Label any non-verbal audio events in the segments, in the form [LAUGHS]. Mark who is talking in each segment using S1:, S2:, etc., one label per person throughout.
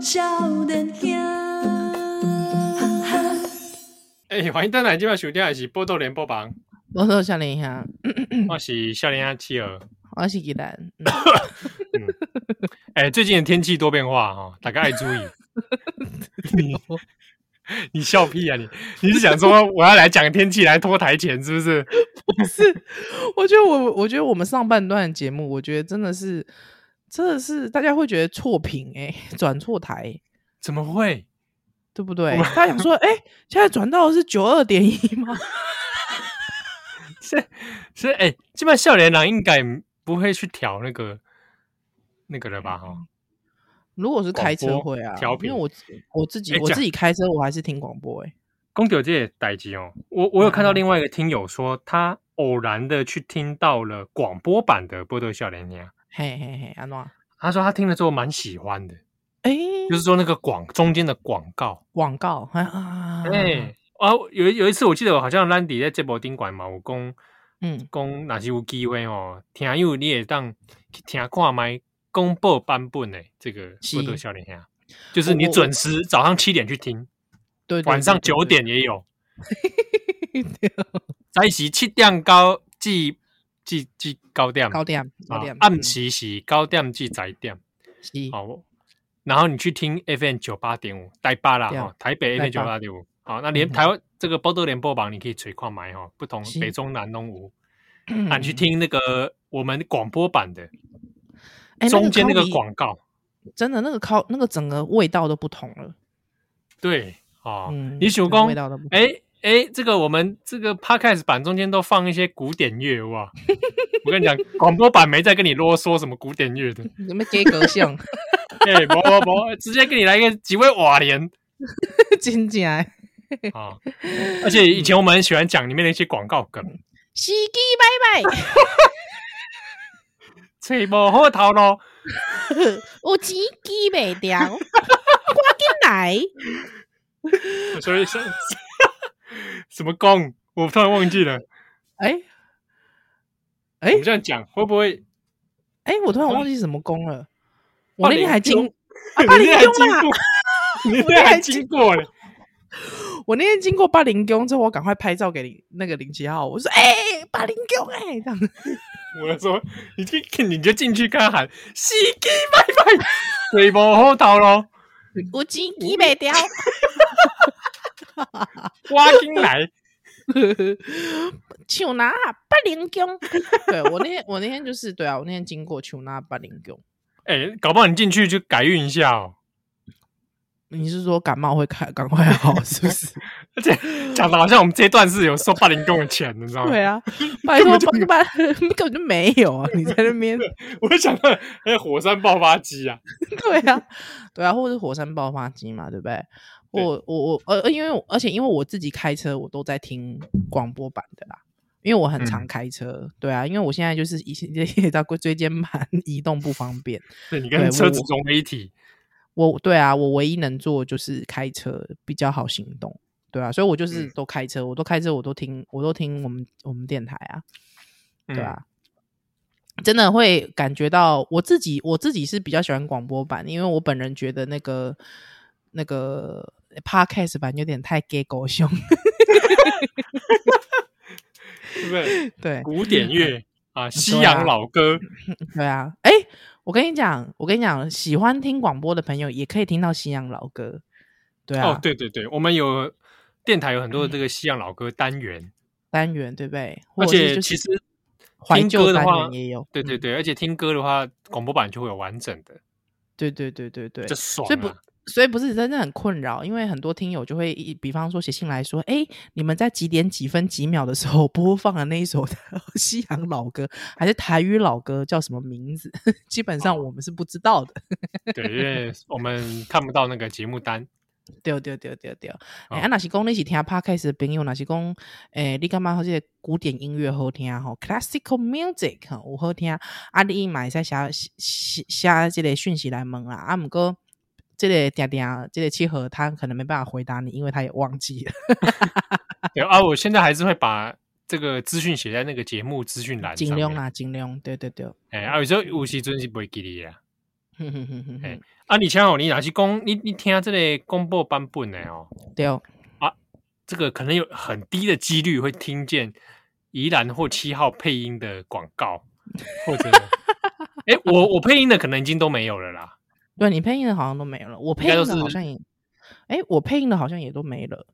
S1: 少年兄，哈哈。
S2: 哎、欢迎登来，今晚收听的是《波多连播榜
S3: 我说小林兄，》，
S2: 我是笑脸阿七儿。
S3: 我是吉兰，
S2: [LAUGHS] 哎、最近的天气多变化哈、哦，大家爱注意。 [LAUGHS] 你你笑屁啊你！你是想说我要来讲天气来拖台前是不是？
S3: 我觉得我我觉得我们上半段节目，我觉得真的是真的是大家会觉得错评哎、转错台，
S2: 怎么会？
S3: 对不对？大家想说，哎、现在转到的是九二点一吗？ [LAUGHS]
S2: 是是哎，基本上笑脸郎应该不会去调那个那个了吧哈、哦？
S3: 如果是开车
S2: 广播
S3: 会啊
S2: 调，
S3: 因为
S2: 频
S3: 我自我自己、
S2: 哎
S3: 我
S2: 讲
S3: 自己开车，我还是听广播哎、
S2: 公九这代机哦，我我有看到另外一个听友说，他偶然的去听到了广播版的《波多笑脸娘》，
S3: 嘿嘿嘿，安诺，
S2: 他说他听了之后蛮喜欢的，
S3: 哎、
S2: 就是说那个广中间的广告，
S3: 广告啊，
S2: 哎、啊，有一有一次我记得我好像兰迪在这波宾馆嘛，我讲
S3: 嗯，
S2: 讲若是有机会哦，听友你也当去听看麦公布版本的这个《
S3: 是
S2: 波多笑脸娘》，就是你
S3: 我我
S2: 准时早上七点去听，
S3: 对对
S2: [LAUGHS] 晚上九，点也
S3: [LAUGHS]
S2: 有，早起七点到至至至九点。
S3: 高点高
S2: 啊
S3: 点，
S2: 暗
S3: 嗯
S2: 时哦是九点至十点，
S3: 是
S2: 好，然后你去听 FM 九八点五台八啦，
S3: 对啊
S2: 哈，台北
S3: 台
S2: FM 九八点五，好，那连
S3: 嗯
S2: 台湾这个波多联播榜你可以垂矿买哈，不同
S3: 是
S2: 北中南东吴，
S3: 嗯
S2: 啊，你去听那个我们广播版的
S3: 哎
S2: 中间那个
S3: 高低
S2: 广告，
S3: 真的那个烤那个整个味道都不同了。
S2: 对，哦，
S3: 嗯，
S2: 你想
S3: 整个
S2: 讲
S3: 味道都不同。
S2: 哎哎，这个我们这个 podcast 版中间都放一些古典乐哇，我跟你讲，广播版没在跟你啰嗦什么古典乐的，
S3: 你们给格像
S2: 哎，不不不，直接给你来一个几位瓦联。
S3: [LAUGHS] 真起来，
S2: 啊、而且以前我们很喜欢讲里面的一些广告梗，
S3: 司机拜拜， [LAUGHS]
S2: 吹不好头咯，
S3: 有钱记袂掉，赶紧来。
S2: [LAUGHS] 所以是 [LAUGHS] 什么工，我突然忘记了。
S3: 哎
S2: 我
S3: 哎
S2: 们这样讲会不会？
S3: 哎，我突然忘记什么工了。
S2: 霸
S3: 我那
S2: 凌
S3: 天还经
S2: 兄，
S3: 啊
S2: 你那还
S3: 霸凌
S2: 经
S3: 兄 [LAUGHS]
S2: 过，你那
S3: 我那
S2: 还
S3: 还
S2: 经过了，
S3: 我那天经过八零宫之后，我赶快拍照给林那个林奇浩，我说：“哎，八零宫哎，这样
S2: 我说你就你就进去跟他喊“司机拜
S3: [LAUGHS]
S2: 拜”，吹不好头咯，
S3: 有钱记袂掉。
S2: 挖进来， [LAUGHS]
S3: [LAUGHS] 手拿八零宫， [LAUGHS] 对我那天我那天就是对啊，我那天经过手拿八零宫。
S2: 哎、搞不好你进去就改运一下哦。
S3: 你是说感冒会开赶快好是不是？
S2: 而且讲的好像我们这一段是有收八零公的钱，你知道吗？
S3: [LAUGHS] 对 [LAUGHS] 啊，拜托拜拜，根本就没有啊！你在那 [LAUGHS] 边
S2: 我想到还有火山爆发机啊，
S3: 对啊， [LAUGHS] 对啊，或者是火山爆发机嘛，对不对？我我我呃，因为我而且因为我自己开车，我都在听广播版的啦，因为我很常开车，对啊，因为我现在就是一些 [LAUGHS] 也到椎间盘移动不方便，
S2: 对你
S3: 对
S2: 跟
S3: 我
S2: 车子融为一体。
S3: 我对啊，我唯一能做就是开车比较好行动，对啊，所以我就是
S2: 嗯
S3: 都开车，我都开车，我都听，我都听我们我们电台啊，
S2: 嗯
S3: 对啊，真的会感觉到我自己，我自己是比较喜欢广播版，因为我本人觉得那个那个 podcast 版有点太 gay 狗熊， [LAUGHS]
S2: 对不对？ [LAUGHS]
S3: 对
S2: 古典
S3: [LAUGHS]
S2: 乐啊，西洋老歌，
S3: 对啊，哎、我跟你讲，我跟你讲，喜欢听广播的朋友也可以听到西洋老歌，对啊，
S2: 哦，对对对，我们有电台有很多的这个西洋老歌单元，
S3: 单元对不对？或
S2: 而
S3: 者是
S2: 且
S3: 就
S2: 其
S3: 是
S2: 实
S3: 怀
S2: 听
S3: 旧
S2: 歌的
S3: 单
S2: 话
S3: 元，也有，
S2: 对对
S3: 嗯
S2: 对，而且听歌的话，广播版就会有完整的，
S3: 对对对对对
S2: 这，爽
S3: 所以不
S2: 啊！。
S3: 所以不是真的很困扰，因为很多听友就会一，比方说写信来说，哎、你们在几点几分几秒的时候播放的 [LAUGHS] 那一首西洋老歌，还是台语老歌，叫什么名字？ [LAUGHS] 基本
S2: 哦
S3: 上我们是不知道的。
S2: 对，因为我们看不到那个节目单，
S3: 对对对对对，哎、
S2: 好
S3: 啊，哪是讲你是听 podcast 的朋友，哪是讲，诶、你干嘛好些古典音乐好听吼，classical music 吼有好听，啊，你嘛会使写写写写这个讯息来问啦，啊，毋过这个定定这个契合他可能没办法回答你，因为他也忘记了。
S2: 对啊，我现在还是会把这个资讯写在那个节目资讯栏上
S3: 尽量啊
S2: 面。
S3: 啦，尽量，对对对，
S2: 哎，啊，有时候有时阵是不会记得啊，
S3: 哼哼哼哼哼，
S2: 啊，而且哦，你若是讲你你听这个公布版本的哦，
S3: 对哦，
S2: 这个可能有很低的几率会听见宜兰或七号配音的广告，或
S3: [LAUGHS]
S2: 者，哎、我我配音的可能已经都没有了啦。
S3: 对你配音的好像都没有了，我配
S2: 该都
S3: 音的好
S2: 是
S3: 像也，哎，我配音的好像也都没了，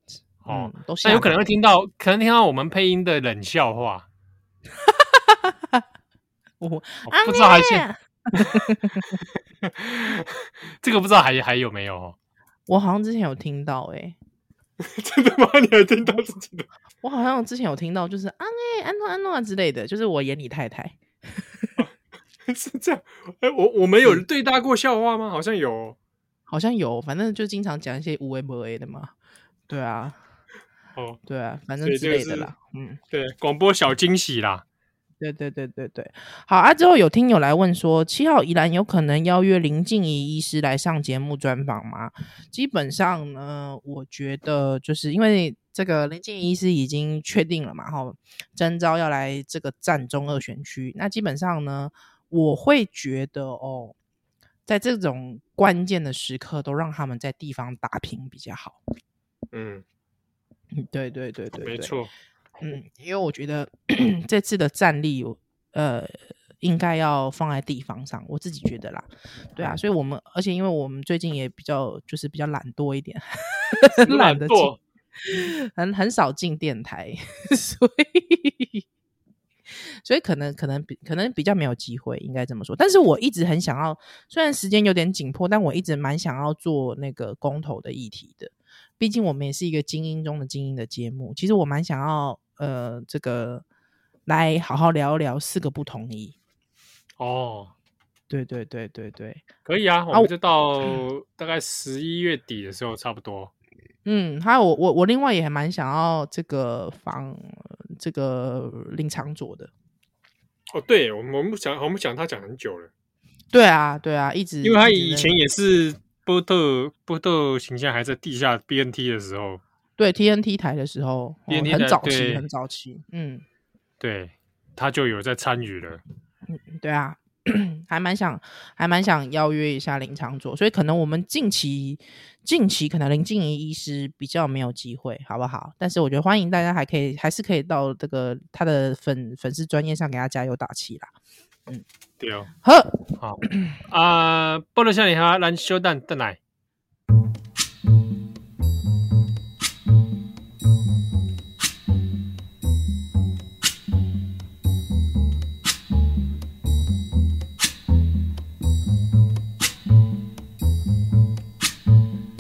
S2: 哦
S3: 嗯，都下
S2: 那有可
S3: 架
S2: 能会听到，可能听到我们配音的冷笑话，
S3: [LAUGHS] 我
S2: 哦不知道
S3: 啊
S2: 还现这个不知道还还有没有、哦？
S3: 我好像之前有听到哎、欸
S2: 真的吗？你还听到自己的？
S3: 我好像之前有听到就是啊哎、安诺安诺啊之类的，就是我演你太太，
S2: 是这样？哎、我我们有对答过笑话吗？好像有哦。
S3: 好像有，反正就经常讲一些无为不为的嘛，对啊
S2: 哦，
S3: 对啊，反正
S2: 所以
S3: 之
S2: 这个
S3: 类的
S2: 是
S3: 啦，嗯，
S2: 对，广播小惊喜啦。
S3: 对对对对对，好啊！之后有听友来问说，七号宜兰有可能邀约林静怡医师来上节目专访吗？基本上呢，我觉得就是因为这个林静怡医师已经确定了嘛，哈，征召要来这个占中二选区，那基本上呢，我会觉得哦，在这种关键的时刻，都让他们在地方打拼比较好。 [LAUGHS]
S2: 嗯，
S3: 嗯对对对对对，
S2: 没错。
S3: 嗯，因为我觉得 [CLEARS THROAT] 这次的战力，呃，应该要放在地方上，我自己觉得啦，对啊，所以我们，而且因为我们最近也比较就是比较懒惰一点， [LAUGHS] 很 [LAUGHS] 懒得进，
S2: 惰，
S3: 很很少进电台， [LAUGHS] 所以所以可能可能比可能比较没有机会，应该这么说。但是我一直很想要，虽然时间有点紧迫，但我一直蛮想要做那个公投的议题的。毕竟我们也是一个精英中的精英的节目，其实我蛮想要呃这个来好好聊一聊四个不同意。
S2: 哦，
S3: 对对对对对，
S2: 可以啊，我
S3: 啊我
S2: 们就到大概十一月底的时候差不多。
S3: 嗯，还有我我我另外也还蛮想要这个访这个呃林长佐的。
S2: 哦，对，我们我们讲我们讲他讲很久了，
S3: 对啊，对啊，一直
S2: 因为他
S3: 一直
S2: 以
S3: 在
S2: 前也是波特波特形象还在地下 BNT 的时候，
S3: 对 TNT 台的时候，哦
S2: TNT
S3: 很
S2: 台
S3: 早期，
S2: 对
S3: 很早期，嗯，
S2: 对他就有在参与了。
S3: 对啊， [CLEARS THROAT] 还蛮想，还蛮想邀约一下林长佐，所以可能我们近期，近期可能林静怡医师比较没有机会，好不好？但是我觉得欢迎大家还可以，还是可以到这个他的粉粉丝专业上给他加油打气啦。
S2: 对哦，
S3: 呵，
S2: 好啊，波特夏你哈，咱小蛋蛋来。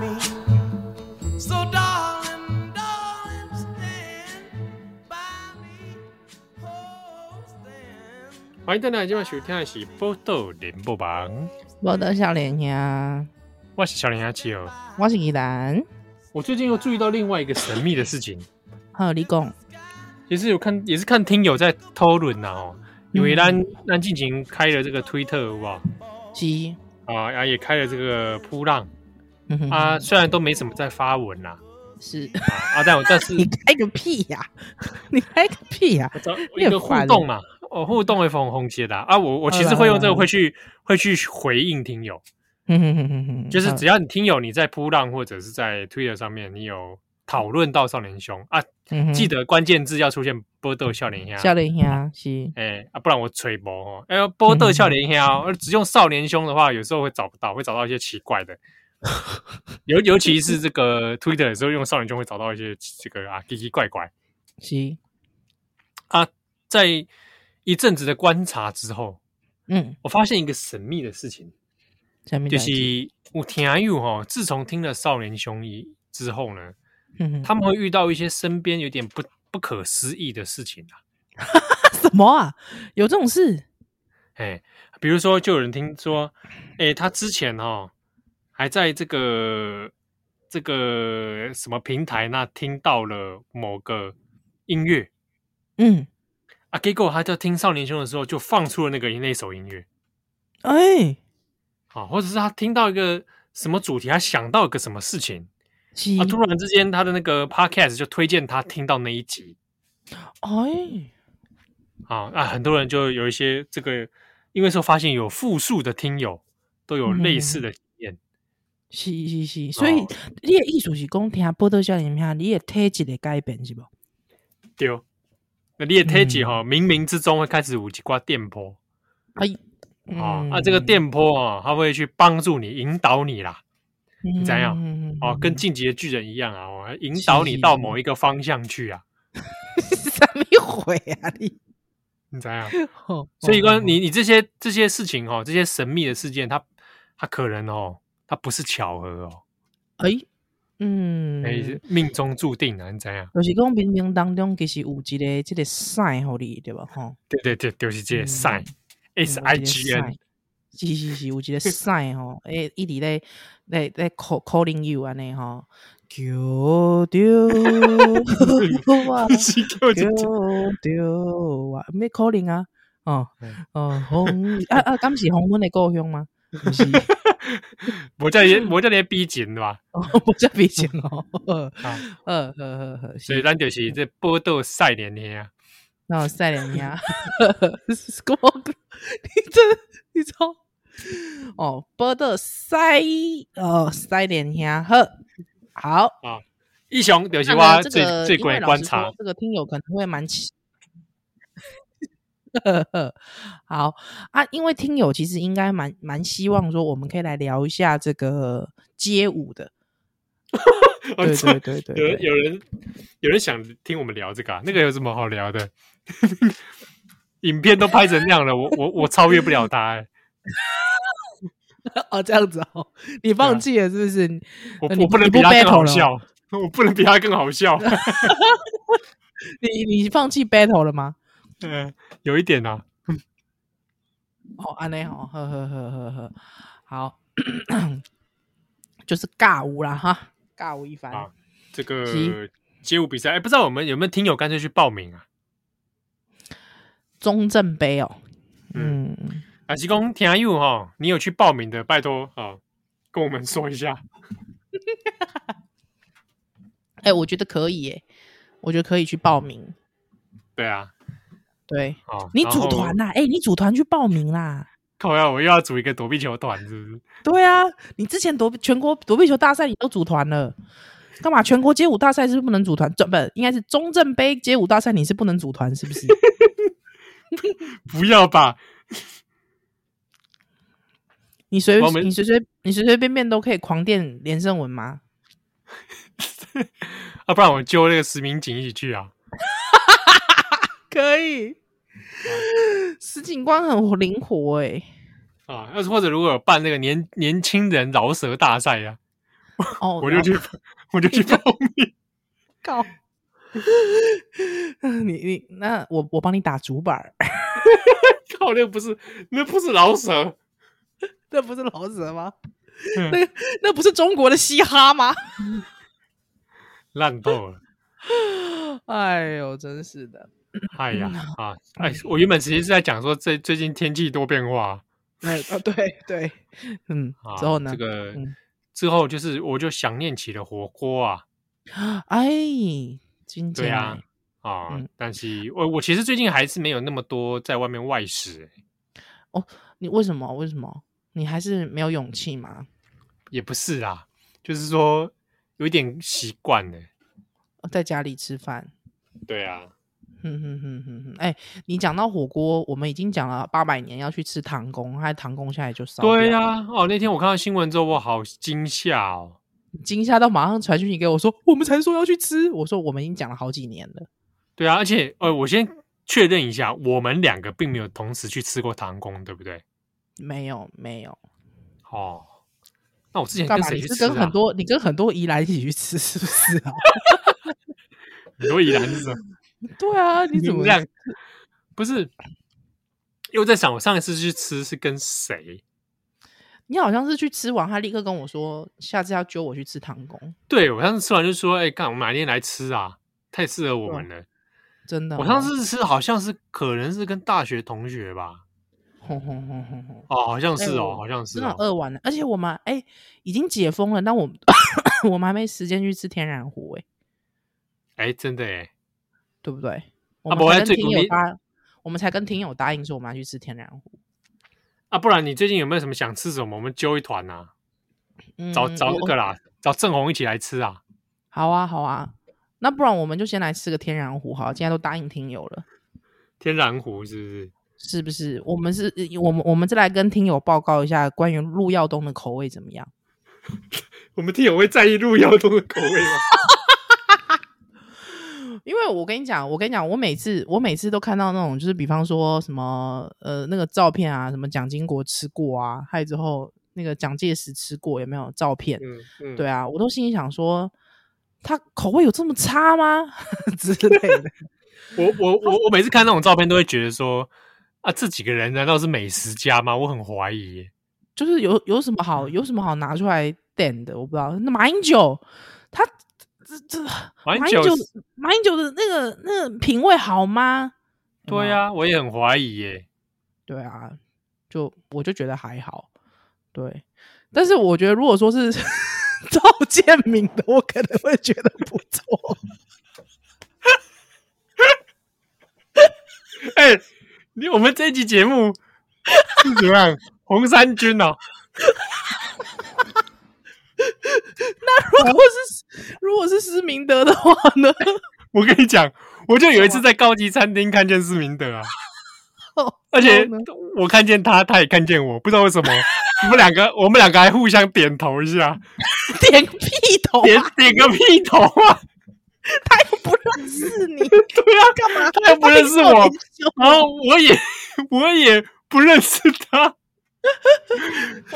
S4: me. So darling, darling, stand by me. Oh, stand.
S2: 欢迎回来，今晚收听的是《波豆联播榜》，
S3: 我的笑脸呀，
S2: 我是小林阿七哦。
S3: 我是依兰，
S2: 我最近又注意到另外一个神秘的事情，
S3: 还有李工，
S2: 也是有看，也是看听友在讨论呐哦。因为
S3: 嗯
S2: 咱咱进行开了这个推特，好不好？
S3: 鸡，
S2: 啊，然后也开了这个扑浪
S3: 嗯哼
S2: 啊，虽然都没怎么在发文啦，
S3: 是 [LAUGHS]
S2: 啊，啊但我但是
S3: 你开个屁呀、 [LAUGHS] 你开个屁呀、
S2: 找
S3: 你
S2: 一
S3: 很
S2: 个互
S3: 烦欸嗯
S2: 动嘛，哦，互动会红红些的啊。啊我我其实会用这个会去会去回应听友，
S3: 哼嗯哼哼哼哼
S2: 就是
S3: 好
S2: 只要你听友你在扑浪或者是在推特上面，你有讨论到少年兄啊，
S3: 嗯哼
S2: 记得关键字要出现波豆笑脸啊
S3: 笑
S2: 呀。
S3: 脸呀，是，
S2: 哎、啊，不然我吹波哦。哎呦，波豆笑脸兄哦，只用少年兄的话，有时候会找不到，会找到一些奇怪的，尤尤其是这个 Twitter 的时候，用少年兄会找到一些这个啊奇奇怪怪。
S3: 是，
S2: 啊，在一阵子的观察之后，
S3: 嗯，
S2: 我发现一个神秘的事情，
S3: 下面
S2: 就是我听友哦，自从听了少年兄一之后呢，他
S3: 他
S2: 们会遇到一些身边有点不不可思议的事情啊。
S3: 什么啊？有这种事？
S2: 哎，比如说，就有人听说，哎，他之前哦，还在这个这个什么平台那听到了某个音乐
S3: 嗯，
S2: 啊，结果他在听少年兄的时候就放出了那个那首音乐
S3: 哎、
S2: 啊，或者是他听到一个什么主题，他想到一个什么事情
S3: 是，
S2: 啊，突然之间他的那个 podcast 就推荐他听到那一集
S3: 哎，
S2: 啊，啊，很多人就有一些这个，因为说发现有复数的听友都有类似的经验，
S3: 是是是，所以
S2: 哦
S3: 你的意思是讲听波多少年兄，你的体质的改变是不？
S2: 啊丢、那你的 t a
S3: 嗯
S2: g 哈，冥冥之中会开始有一挂电波。
S3: 哎，嗯
S2: 啊、啊，这个电波啊，它会去帮助你、引导你啦，怎样
S3: 嗯？
S2: 哦、跟《进击的巨人》一样啊，哦，引导你
S3: 是
S2: 到某一个方向去啊，
S3: [LAUGHS] 什么回啊你？
S2: 你怎样？
S3: [LAUGHS] 哦
S2: 所以
S3: 哦
S2: 说，你你这些这些事情哦，这些神秘的事件，它它可能哦，它不是巧合哦，
S3: 哎，嗯，
S2: 哎、命中注定啊，你怎样？
S3: 就是讲冥冥当中其实有一个这个 sign 互你对吧？吼，
S2: 对对对，就是这些
S3: 嗯
S2: sign，S
S3: 有
S2: I
S3: 一个
S2: G N，
S3: sign 是是是，有一个 sign 吼，诶，一直咧咧咧 call calling you 安尼吼，叫丢
S2: [LAUGHS]
S3: 我，
S2: [LAUGHS] 是
S3: [LAUGHS]
S2: 就
S3: 叫
S2: 是
S3: 丢我，咩 calling 啊？哦
S2: 嗯
S3: 哦，红啊啊，敢是红阮的故乡吗？不是，
S2: 我叫你我叫你逼紧对吧？
S3: [LAUGHS] 哦，不叫毕竟哦，呃
S2: [LAUGHS] 啊，
S3: 呃呃呃，
S2: 所以咱就是这波斗赛年天啊，
S3: 那我晒脸呀，
S2: [LAUGHS]
S3: 我你这你知道？哦，波的晒哦晒脸呀，呵，好。
S2: 一雄就是
S3: 那呢
S2: 我
S3: 这
S2: 最
S3: 个
S2: 最
S3: 因为
S2: 贵
S3: 老
S2: 观
S3: 实
S2: 察
S3: 说，这个听友可能会
S2: [LAUGHS]
S3: 蛮奇。好啊，因为听友其实应该蛮蛮希望说，我们可以来聊一下这个街舞的。
S2: 哦
S3: 对
S2: 这
S3: 对对
S2: [LAUGHS] 有人
S3: 对对，
S2: 有人有人想听我们聊这个、啊，那个有什么好聊的？ [LAUGHS] 影片都拍成那样了，我我我超越不了他、
S3: [LAUGHS]
S2: 欸，
S3: [LAUGHS] 哦，这样子哦，
S2: 啊
S3: 你放弃了是不是？
S2: 我
S3: 呃你
S2: 我不
S3: 你
S2: 能比他更
S3: battle
S2: 好
S3: 了
S2: 笑， [LAUGHS] 我不能比他更好笑。 [LAUGHS]
S3: 你你放弃 battle 了吗？
S2: 嗯，有一点啊，
S3: 哦，安内好，呵呵呵呵呵，好，就是尬舞啦哈，尬舞一番。
S2: 好这个
S3: 行
S2: 街舞比赛，哎、不知道我们有没有听友干脆去报名啊？
S3: 中正杯哦，
S2: 嗯
S3: 嗯，
S2: 啊，西公田佑哈，你有去报名的，拜托啊，跟我们说一下。
S3: 哎、我觉得可以耶，我觉得可以去报名。
S2: 对啊，
S3: 对
S2: 哦，
S3: 你
S2: 然
S3: 组
S2: 后
S3: 团啦，哎、你组团去报名啦。
S2: 靠呀，我又要组一个躲避球团，是不是？
S3: 对啊，你之前躲全国躲避球大赛你都组团了，干嘛？全国街舞大赛是不是不能组团，这不应该是中正杯街舞大赛你是不能组团，是不 [LAUGHS] 是？
S2: 不要吧，
S3: 你随
S2: 我们
S3: 你随随你随随便便都可以狂电连胜文吗？
S2: 啊，不然我揪那个石明景一起去啊。
S3: 可以。石警官很灵活哎、
S2: 啊，要是或者如果有办那个年年轻人饶舌大赛呀、
S3: 哦，
S2: 我就去，我就
S3: [LAUGHS]
S2: 去报名。
S3: 告 [LAUGHS] 你你那我我帮你打竹板儿，
S2: 靠，那不是那不是饶舌，
S3: 那不是老舍吗？
S2: 嗯
S3: 那 [LAUGHS] 那不是中国的嘻哈吗？
S2: 烂透了。
S3: 哎呦，真是的。
S2: 哎
S3: 嗯
S2: 呀啊！哎，我原本其实是在讲说最最近天气多变化
S3: 那啊，对对，嗯
S2: 啊，，
S3: 之后呢
S2: 这？个、
S3: 嗯
S2: 之后就是我就想念起了火锅啊，
S3: 哎，今天
S2: 对啊啊！
S3: 嗯
S2: 但是我我其实最近还是没有那么多在外面外食、
S3: 你为什么为什么你还是没有勇气吗？
S2: 也不是啦，就是说有一点习惯了。
S3: 哦在家里吃饭，
S2: 对啊，
S3: 哼哼哼哼哼，哎、你讲到火锅，我们已经讲了八百年要去吃唐宫，还唐宫现在就烧掉
S2: 对
S3: 了，
S2: 呀、哦，那天我看到新闻之后，我好惊吓哦。
S3: 惊吓到马上传讯息给我说，我们才说要去吃，我说我们已经讲了好几年了，
S2: 对啊，而且呃，我先确认一下，我们两个并没有同时去吃过唐宫，对不对？
S3: 没有没有，
S2: 哦，那我之前
S3: 干
S2: 跟
S3: 嘛？
S2: 谁
S3: 你
S2: 去
S3: 是
S2: 吃、啊？
S3: 跟很多你跟很多宜兰一起去吃是不是
S2: [LAUGHS]
S3: 啊？
S2: 很多宜兰是什么？
S3: 对啊， [LAUGHS] 你怎么
S2: 这样？不是，因为我在想，我上一次去吃是跟谁？
S3: 你好像是去吃完，他立刻跟我说下次要揪我去吃汤公，
S2: 对我上次吃完就说，哎、干，我们哪天来吃啊？太适合我们了。
S3: 真的哦。
S2: 我上次吃好像是可能是跟大学同学吧，
S3: 轰轰轰轰轰，
S2: 哦，好像是
S3: 哎
S2: 哦，
S3: 我
S2: 好像是
S3: 真的
S2: 哦，
S3: 很饿完了，而且我们哎、已经解封了，但我 [COUGHS] 我们还没时间去吃天然湖哎、
S2: 哎、真的哎，
S3: 对不对？我
S2: 啊
S3: 们
S2: 不然
S3: 才跟
S2: 最
S3: 听
S2: 近
S3: 友
S2: 你
S3: 答，我们才跟听友答应说我们要去吃天然湖。
S2: 啊，不然你最近有没有什么想吃什么？我们揪一团呐、
S3: 嗯
S2: 啊，找找
S3: 我
S2: 那个啦，找郑红一起来吃啊。
S3: 好啊，好啊，那不然我们就先来吃个天然湖好了，既然都答应听友了，
S2: 天然湖是不是？
S3: 是不是？我们是，我们我们再来跟听友报告一下关于陆耀东的口味怎么样？
S2: 我们听友会在意陆耀东的口味
S3: [LAUGHS]
S2: 吗？
S3: 因为我跟你讲，我跟你讲，我每次我每次都看到那种，就是比方说什么呃那个照片啊，什么蒋经国吃过啊，还有之后那个蒋介石吃过有没有照片？
S2: 嗯嗯，
S3: 对啊，我都心里想说，他口味有这么差吗 [LAUGHS] 之类的？
S2: 我我我我每次看那种照片都会觉得说，啊，这几个人难道是美食家吗？我很怀疑耶。
S3: 就是有有什么好
S2: 嗯
S3: 有什么好拿出来点的？我不知道。那马英九，他这这
S2: 马英
S3: 马
S2: 九
S3: 英九
S2: 是，
S3: 马英九的那个那个品味好吗？有没
S2: 对
S3: 有
S2: 啊，我也很怀疑耶。
S3: 对啊，就我就觉得还好，对。但是我觉得如果说是 [LAUGHS] 赵建明的，我可能会觉得不错。嗯
S2: 哎、你我们这一集节目是怎么样？红三军哦，
S3: 如果是如果是施明德的话
S2: [LAUGHS]
S3: 呢？
S2: 我跟你讲，我就有一次在高级餐厅看见施明德
S3: [LAUGHS]
S2: 啊，而且
S3: 哦然后呢
S2: 我看见他，他也看见我，不知道为什么，我们两个我们两个还互相点头一下，
S3: 点个屁头、
S2: 点
S3: 啊，
S2: 点个屁头啊！
S3: 他又不认
S2: [LAUGHS]
S3: 识你，
S2: 对啊，
S3: 干嘛？
S2: 他又不认识我
S3: [LAUGHS] 到底是
S2: 然后我也我也不认识他，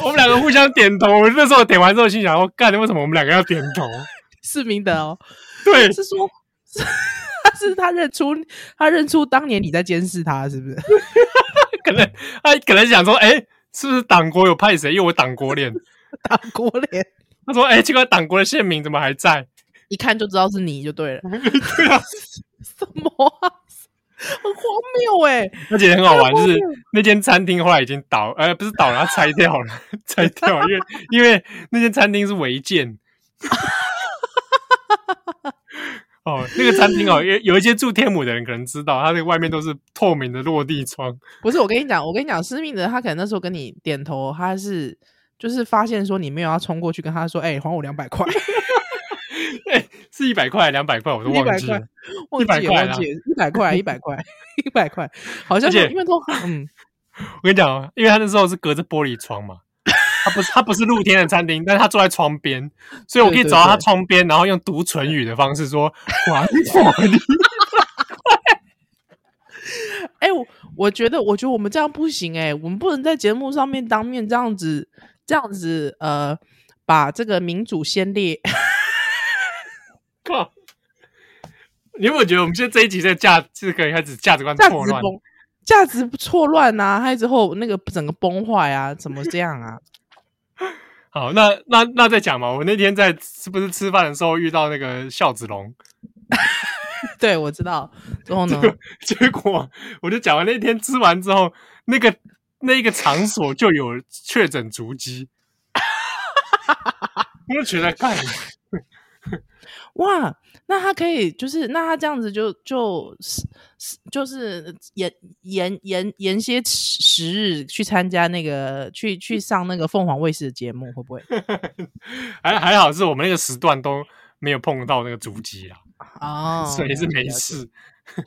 S2: 我们两个互相点头。我那时候点完之后心想，我干，为什么我们两个要点头？
S3: 施明德哦，
S2: 对，
S3: 是说，是他是他认出他认出当年你在监视他，是不 [LAUGHS] 是？
S2: 可能他可能想说，哎、是不是党国有派谁？因为我党国脸，
S3: 打国脸，
S2: 他说，哎、这个党国的县民怎么还在？
S3: 一看就知道是你就 [LAUGHS] 对了。
S2: 对啊，
S3: 什么啊？ [LAUGHS] 很荒谬哎、
S2: 而且很好玩，
S3: 太荒
S2: 就
S3: 谬
S2: 是那间餐厅后来已经倒，呃，不是倒了，它拆掉了， [LAUGHS] 拆掉了，因为因为那间餐厅是违建。哦，那个餐厅哦，有有一些住天母的人可能知道，它那个外面都是透明的落地窗。
S3: 不是，我跟你讲，我跟你讲，施密德他可能那时候跟你点头，他是就是发现说你没有要冲过去跟他说，哎、还我两百块，
S2: 哎，是一百块、两百块，我都
S3: 一
S2: 忘
S3: 百
S2: 记
S3: 块
S2: 了。，
S3: 忘记
S2: 100
S3: 了，
S2: 块
S3: 忘
S2: 啦
S3: 记了，一百块，一百块，一百块，好像
S2: 而且
S3: 是因为都嗯，
S2: 我跟你讲哦，因为他那时候是隔着玻璃窗嘛，他不是他不是露天的餐厅，但是他坐在窗边，所以我可以
S3: 对对
S2: 走到他
S3: 对
S2: 窗边，然后用读唇语的方式说“还我你
S3: 哎、我我觉得，我觉得我们这样不行哎、我们不能在节目上面当面这样子，这样子呃，把这个民主先烈
S2: 靠！你有没有觉得我们现在这一集在价这个开始价值观
S3: 价
S2: 错
S3: 值
S2: 乱？
S3: 崩价值错乱啊，还有之后那个整个崩坏啊，怎么这样啊？ [LAUGHS]
S2: 好，那那那再讲嘛。我那天在是不是吃饭的时候遇到那个孝子龙，
S3: 对，我知道。之后呢？
S2: 结果我就讲完那天吃完之后，那个那个场所就有确诊足迹，我就觉得干
S3: 哇，那他可以就是，那他这样子就就是就是延延延延些时时日去参加那个去去上那个凤凰卫视的节目，会不会？
S2: 还还好是我们那个时段都没有碰到那个足迹啦，
S3: [LAUGHS] 哦，
S2: 所以是
S3: 了解
S2: 没
S3: 了解
S2: 事。 [LAUGHS]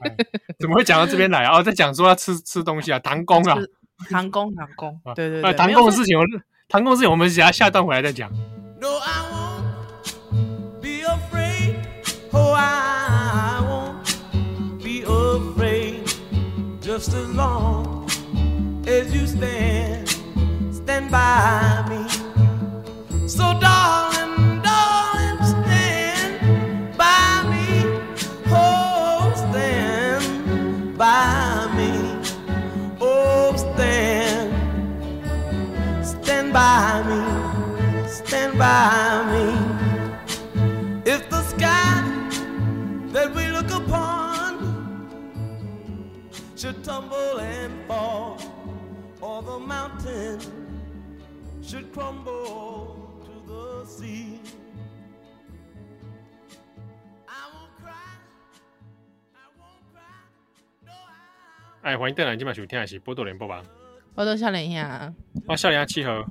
S2: 哎怎么会讲到这边来啊？哦，在讲说要吃吃东
S3: [LAUGHS]
S2: 西啊，唐宫啊
S3: 就，是唐宫，唐宫
S2: 啊，
S3: 对对
S2: 呃
S3: 对，哎
S2: 唐
S3: 没有
S2: 宫的
S3: 这 [LAUGHS]
S2: 事情我，唐宫的事情我们下下段回来再讲。
S4: No, I won't be afraid. Oh, I won't be afraid. Just as long as you stand, stand by me. So, darling, darling, stand by me. Oh, stand by me. Oh, stand, stand. by me. If the sky that we look upon should tumble and fall, or the mountain should crumble to the sea. I won't cry. I won't cry. No, I.
S2: 哎，欢迎邓来今晚收听的是波多连播吧？
S3: 我都笑脸呀。
S2: 啊，笑脸要契 [LAUGHS] 合，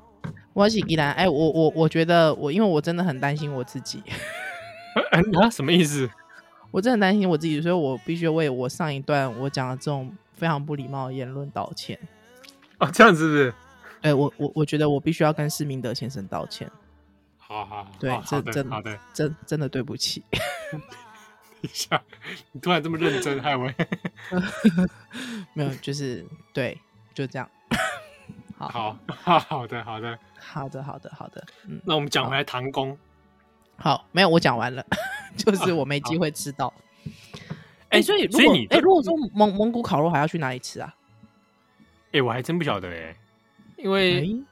S3: 我是依兰，哎、我我我觉得我，因为我真的很担心我自己，
S2: 啊，什么意思？
S3: 我真的很担心我自己，所以我必须为我上一段我讲的这种非常不礼貌的言论道歉。
S2: 哦，这样子是不是？
S3: 哎、我我我觉得我必须要跟施明德先生道歉，
S2: 好好，好
S3: 对
S2: 好哦好
S3: 这这
S2: 的，好
S3: [LAUGHS]
S2: 的。
S3: 真真的对不起。 [LAUGHS]
S2: 等一下，你突然这么认真，害我。
S3: 没有，就是对，就这样。
S2: [LAUGHS]
S3: 好，
S2: 好，好好的，好的。
S3: 好的，好的，好的，嗯，
S2: 那我们讲回来唐宫，
S3: 好，没有，我讲完了， [LAUGHS] 就是
S2: [LAUGHS]
S3: 我没机会吃到。哎、
S2: 哎
S3: 所以如
S2: 所以
S3: 果
S2: 你
S3: 哎、如果说蒙蒙古烤肉还要去哪里吃啊？
S2: 哎，我还真不晓得哎，因为
S3: 哎，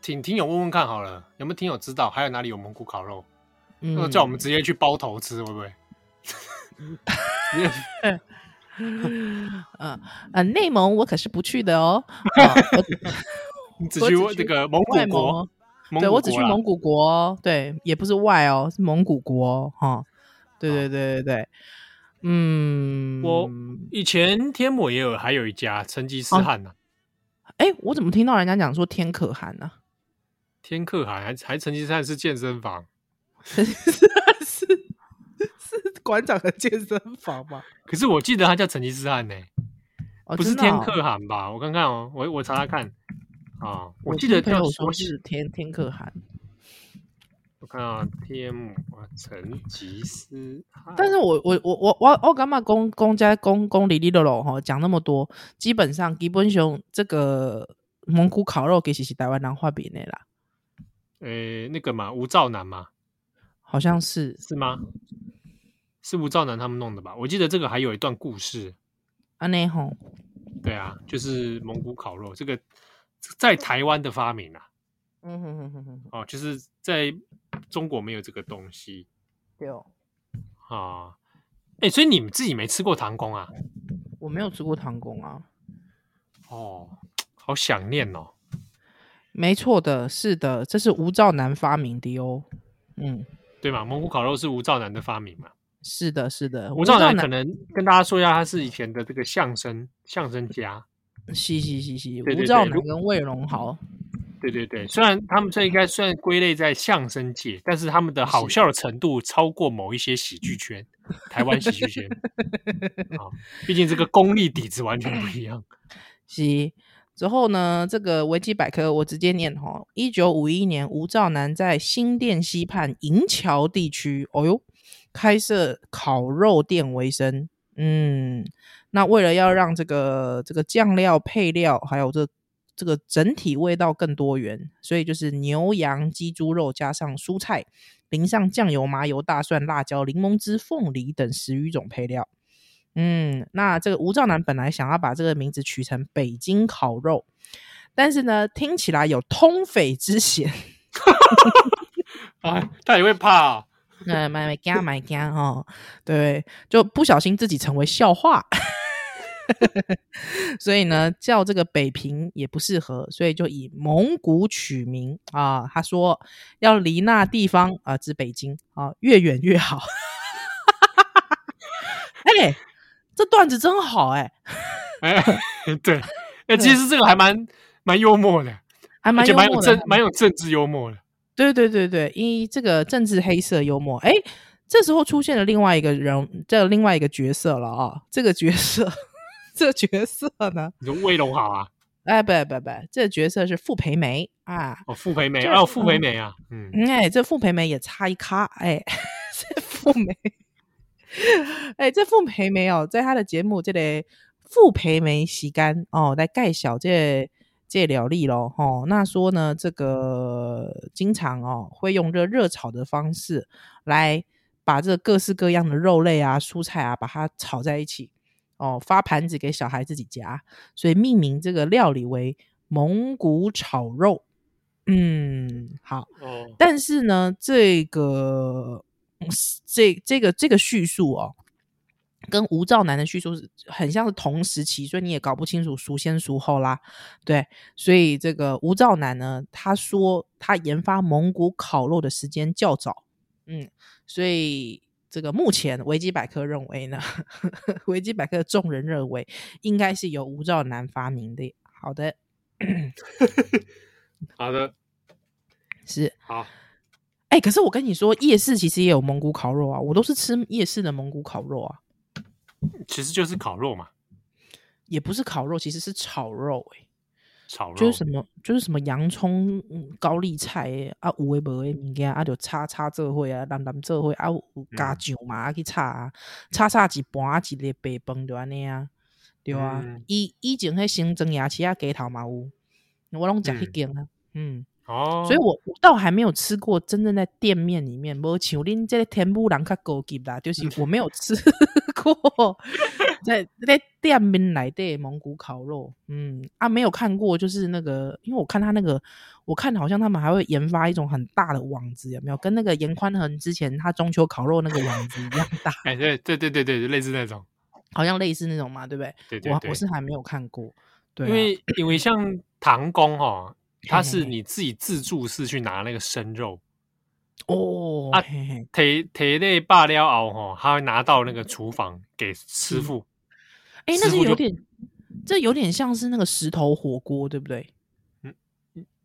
S2: 请听友问问看好了，有没有听友知道还有哪里有蒙古烤肉？
S3: 嗯
S2: 那我叫我们直接去包头吃，会不会？ [LAUGHS]
S3: [LAUGHS] 嗯呃，内蒙我可是不去的哦。
S2: [LAUGHS]
S3: 啊
S2: 你只
S3: 我
S2: 去
S3: 只
S2: 问这
S3: 去
S2: 个蒙古
S3: 外蒙
S2: 国
S3: 哦，对我只去蒙
S2: 古
S3: 古国哦，对，也不是外哦，是蒙古国哦哈。对对对对对，嗯，
S2: 我国啦。以前天母也有，还有一家成吉思汗呐、啊
S3: 哎，我怎么听到人家讲说天可汗呢、
S2: 天可汗还还成吉思汗是健身房，
S3: 是是是馆长的健身房吗？
S2: 可是我记得他叫成吉思汗呢、
S3: 哦，
S2: 不是
S3: 真的
S2: 天
S3: 哦
S2: 可汗吧？我看看哦，我我查查看啊、
S3: 我
S2: 记
S3: 听
S2: 得
S3: 朋
S2: 叫
S3: 友
S2: 我
S3: 说是天天可汗，
S2: 我看啊，天母啊，成吉思汗，
S3: 但是我我我我我我干嘛公公家公公里里六六哈讲那么多，基本上基本上这个蒙古烤肉其实是台湾人画饼的啦，
S2: 呃那个嘛，吴兆南嘛，
S3: 好像是
S2: 是吗？是吴兆南他们弄的吧？我记得这个还有一段故事，
S3: 安内吼，
S2: 对啊，就是蒙古烤肉这个在台湾的发明啊，
S3: 嗯哼哼哼哼，
S2: 哦，就是在中国没有这个东西
S3: 对哦，
S2: 啊。哎、所以你们自己没吃过唐宫啊？
S3: 我没有吃过唐宫啊，
S2: 哦，好想念哦。
S3: 没错的，是的，这是吴兆南发明的哦，嗯，
S2: 对嘛？蒙古烤肉是吴兆南的发明嘛？
S3: 是的，是的，
S2: 吴兆南可能跟大家说一下，他是以前的这个相声相声家。
S3: 是是是是，
S2: 对对
S3: 吴
S2: 对
S3: 兆南
S2: 如
S3: 跟魏荣豪，
S2: 对对对，虽然他们这应该算归类在相声界，但是他们的好笑的程度超过某一些喜剧圈，台湾喜剧 [LAUGHS] 圈啊，毕竟这个功力底子完全不一样。 [LAUGHS]
S3: 是。之后呢，这个维基百科我直接念哈，一九五一年，吴兆南在新店溪畔银桥地区，哦呦，开设烤肉店为生。嗯，那为了要让这个这个酱料配料还有这这个整体味道更多元，所以就是牛羊鸡猪肉加上蔬菜，淋上酱油、麻油、大蒜、辣椒、柠檬汁、凤梨等十余种配料。嗯，那这个吴兆南本来想要把这个名字取成北京烤肉，但是呢，听起来有通匪之嫌。
S2: 啊，他也会怕、哦，
S3: 呃，买买干买干 [LAUGHS] 哦，对，就不小心自己成为笑话， [LAUGHS] 所以呢，叫这个北平也不适合，所以就以蒙古取名啊。他说要离那地方啊、指北京啊，越远越好。 [LAUGHS] 哎、这段子真好哎、
S2: 哎， [LAUGHS] 对，哎，其实这个还蛮蛮幽默的，
S3: 还
S2: 而
S3: 蛮
S2: 且
S3: 幽
S2: 蛮有
S3: 默的
S2: 政。蛮有政治幽默的。
S3: 对对对对，一这个政治黑色幽默，哎，这时候出现了另外一个人，这另外一个角色了啊、这个角色， [LAUGHS] 这个角色呢，
S2: 你说卫龙好啊，
S3: 哎，不不不，这个角色是傅培梅啊，
S2: 哦，傅培梅，
S3: 这
S2: 哦，傅培梅啊，嗯，
S3: 嗯哎，这傅培梅也差一咖，哎， [LAUGHS] 这傅梅，哎，这傅培梅哦，在他的节目这里，傅培梅洗干哦，来介绍这这料理咯。哦。那说呢，这个经常哦会用这热炒的方式来把这各式各样的肉类啊、蔬菜啊，把它炒在一起哦，发盘子给小孩自己夹，所以命名这个料理为蒙古炒肉。嗯，好。
S2: 哦，
S3: 但是呢，这个嗯是这这个这个叙述哦，跟吴兆南的叙述是很像是同时期，所以你也搞不清楚孰先孰后啦。对，所以这个吴兆南呢，他说他研发蒙古烤肉的时间较早，嗯，所以。这个目前维基百科认为呢， [LAUGHS] 维基百科的众人认为应该是由吴兆南发明的。好的，
S2: 好的，
S3: 是
S2: 好，
S3: 哎、可是我跟你说，夜市其实也有蒙古烤肉啊，我都是吃夜市的蒙古烤肉啊，
S2: 其实就是烤肉嘛，
S3: 也不是烤肉，其实是炒肉、欸，
S2: 炒肉，
S3: 就是什么就是什么洋葱、嗯高丽菜、欸、啊，有诶无诶物件啊，就炒炒做伙啊，蓝蓝做伙啊，有有
S2: 嗯
S3: 加酱嘛，啊去炒啊，炒炒一盘啊一个白饭就安尼啊，对啊
S2: 嗯，
S3: 以以前迄新增牙齿啊街头嘛有，我拢食迄
S2: 嗯
S3: 间啊，嗯
S2: 哦，
S3: 所以我我倒还没有吃过真正在店面里面，无像恁这个天母人较高级啦，就是我没有
S2: [LAUGHS]
S3: 吃过在在店面来的蒙古烤肉，嗯啊没有看过，就是那个，因为我看他那个，我看好像他们还会研发一种很大的网子，有没有？跟那个严宽恒之前他中秋烤肉那个网子一样大，
S2: 哎，对对对对对，类似那种，
S3: 好像类似那种嘛，对不对？
S2: 对对
S3: 我
S2: 对
S3: 我，是还没有看过，对啊、
S2: 因为因为像唐宫哈，它是
S3: 嘿
S2: 你自己自助式去拿那个生肉，
S3: 哦，
S2: 啊
S3: 嘿嘿
S2: 腿腿类罢了熬哈，他会拿到那个厨房给
S3: 嗯
S2: 师傅，
S3: 哎、那
S2: 师
S3: 是
S2: 傅
S3: 有
S2: 就
S3: 点，这有点像是那个石头火锅，对不对？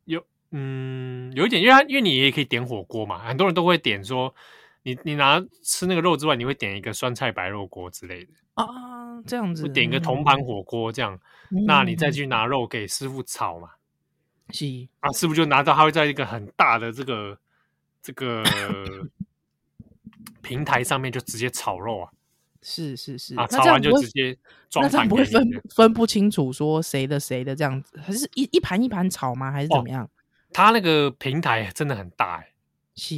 S2: 有嗯有一点，因为他因为你也可以点火锅嘛，很多人都会点说。你你拿吃那个肉之外，你会点一个酸菜白肉锅之类的，
S3: 啊，这样子，
S2: 会点一个铜盘火锅这样，
S3: 嗯，
S2: 那你再
S3: 嗯
S2: 去拿肉给师傅炒嘛，
S3: 是
S2: 啊，师傅就拿到，他会在一个很大的这个这个平台上面就直接炒肉啊，
S3: 是是是，
S2: 啊，
S3: 那这
S2: 炒
S3: 样
S2: 完
S3: 不
S2: 就
S3: 会
S2: 直接装
S3: 那这样
S2: 盘
S3: 不
S2: 给
S3: 会
S2: 你
S3: 分
S2: 这样
S3: 分不清楚说谁的谁的这样子，还是一一盘一盘炒吗？还是怎
S2: 哦
S3: 么样？
S2: 他那个平台真的很大哎、
S3: 是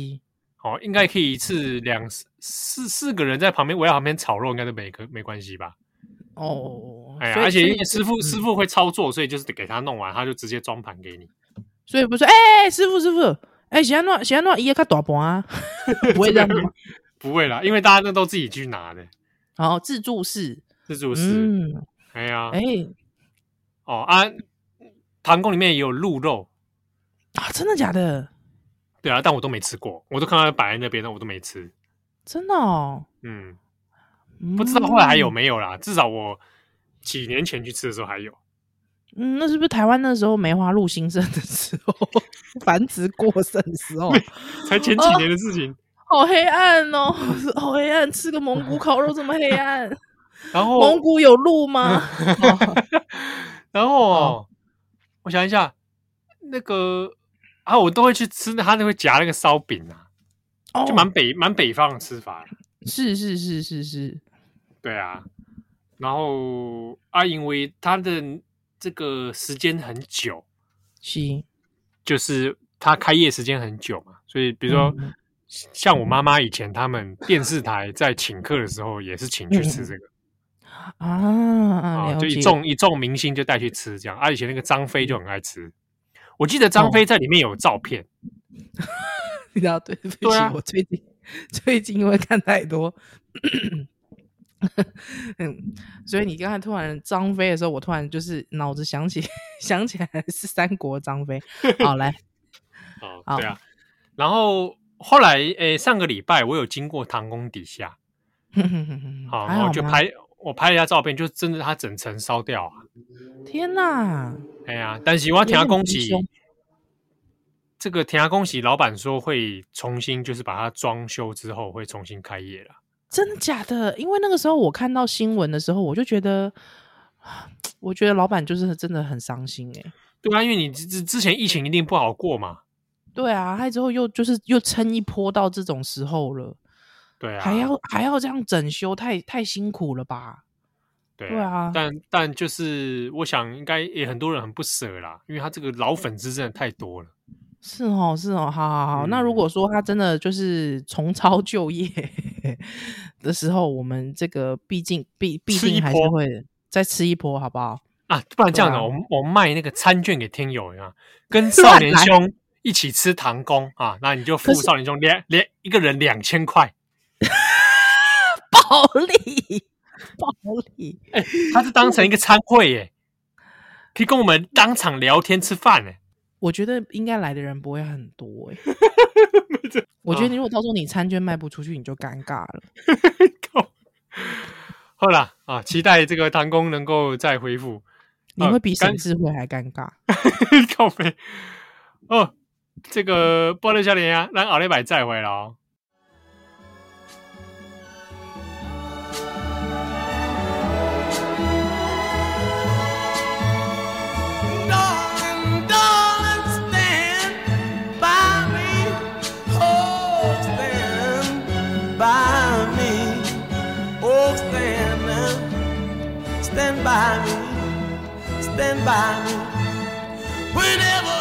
S2: 好、应该可以一次两四四个人在旁边围在旁边炒肉，应该都没可没关系吧？
S3: 哦，
S2: 哎呀，
S3: 所以
S2: 而且
S3: 所
S2: 因
S3: 以
S2: 为师傅、
S3: 嗯
S2: 师傅会操作，所以就是给他弄完，他就直接装盘给你。
S3: 所以不是哎、师傅师傅，哎、是安怎是安怎伊也较大盘啊， [LAUGHS] 不会这样子吗？
S2: 不会啦，因为大家那都自己去拿的
S3: 好，哦自助式，
S2: 自助式。
S3: 嗯，
S2: 哎呀，
S3: 哎、
S2: 哦啊，唐宫里面也有鹿肉，
S3: 啊，真的假的？
S2: 对啊，但我都没吃过，我都看到摆在那边，但我都没吃。
S3: 真的哦，
S2: 嗯，不知道后来还有
S3: 嗯
S2: 没有啦，至少我几年前去吃的时候还有。
S3: 嗯，那是不是台湾那时候梅花鹿兴盛的时候， [LAUGHS] 繁殖过剩的时候？
S2: 才前几年的事情。
S3: 好黑暗哦， [LAUGHS] 好黑暗！吃个蒙
S2: [LAUGHS]
S3: 古烤肉这么黑暗，
S2: 然
S3: 蒙
S2: 后，
S3: 古有鹿吗？
S2: [LAUGHS]
S3: 哦
S2: 然后哦，我想一下，那个啊，我都会去吃，他那会夹那个烧饼啊，
S3: 哦
S2: 就蛮北蛮北方的吃法。
S3: 是是是是是，
S2: 对啊，然后啊，因为它的这个时间很久，
S3: 是
S2: 就是它开业时间很久嘛，所以比如说。
S3: 嗯
S2: 像我妈妈以前，他们电视台在请客的时候，也是请去吃这个
S3: 啊，
S2: 啊，
S3: 嗯了
S2: 就一
S3: 解 [LAUGHS]
S2: 众一众明星就带去吃这样。啊，以前那个张飞就很爱吃，我记得
S3: 哦
S2: 张飞在里面有照片，
S3: 你知道对对不
S2: 对
S3: 起，
S2: 啊
S3: 我最近最近因为看太多，嗯，所以你刚才突然张飞的时候，我突然就是脑子想起 [LAUGHS] 想起来是三国张飞。好，来， [LAUGHS]
S2: 哦
S3: 好
S2: 对啊。然后后来，诶，上个礼拜我有经过唐宫底下， [LAUGHS] 好，
S3: 嗯还
S2: 然后
S3: 好
S2: 就
S3: 吗？
S2: 拍我拍了一下照片，就真的它整层烧掉啊，
S3: 天哪！
S2: 哎呀，但是我要听他恭喜
S3: 有点。
S2: 这个田下恭喜老板说会重新，就是把它装修之后会重新开业了。
S3: 真的假的？因为那个时候我看到新闻的时候，我就觉得，我觉得老板就是真的很伤心哎、
S2: 对啊，因为你之之之前疫情一定不好过嘛，
S3: 对啊，他之后又就是又撑一波到这种时候了，
S2: 对啊，
S3: 还要还要这样整修，太太辛苦了吧？
S2: 对
S3: 对啊
S2: 但但就是我想应该也很多人很不舍啦，因为他这个老粉丝真的太多了。
S3: 是哦，是哦，好好好。那如
S2: 嗯
S3: 果说他真的就是重操旧业 [LAUGHS] 的时候，我们这个毕竟毕毕
S2: 吃一
S3: 竟还是
S2: 波
S3: 会再吃一波，好不好？ [LAUGHS]
S2: 啊，不然这样
S3: 对
S2: 的，
S3: 啊
S2: 我们我们卖那个餐券给听友啊，跟少年兄一起吃唐宫啊，那你就付
S3: 可是
S2: 少年兄两两一个人两千块，
S3: 暴力，暴力，
S2: 他是当成一个餐会耶，可以跟我们当场聊天吃饭哎。
S3: 我觉得应该来的人不会很多哎、我觉得你如果到时候你餐券卖不出去，你就尴尬了。
S2: 好啦啊，期待这个唐宫能够再恢复。 [LAUGHS]
S3: 你
S2: 呃
S3: 会比
S2: 干
S3: 沈智慧还尴尬。
S2: 靠背哦，这个波特笑脸啊，让奥利百再回来哦。
S4: Darling, darling, stand by me. Oh, stand by me. Oh, stand, stand by me. Stand by me. Whenever Oh, Oh,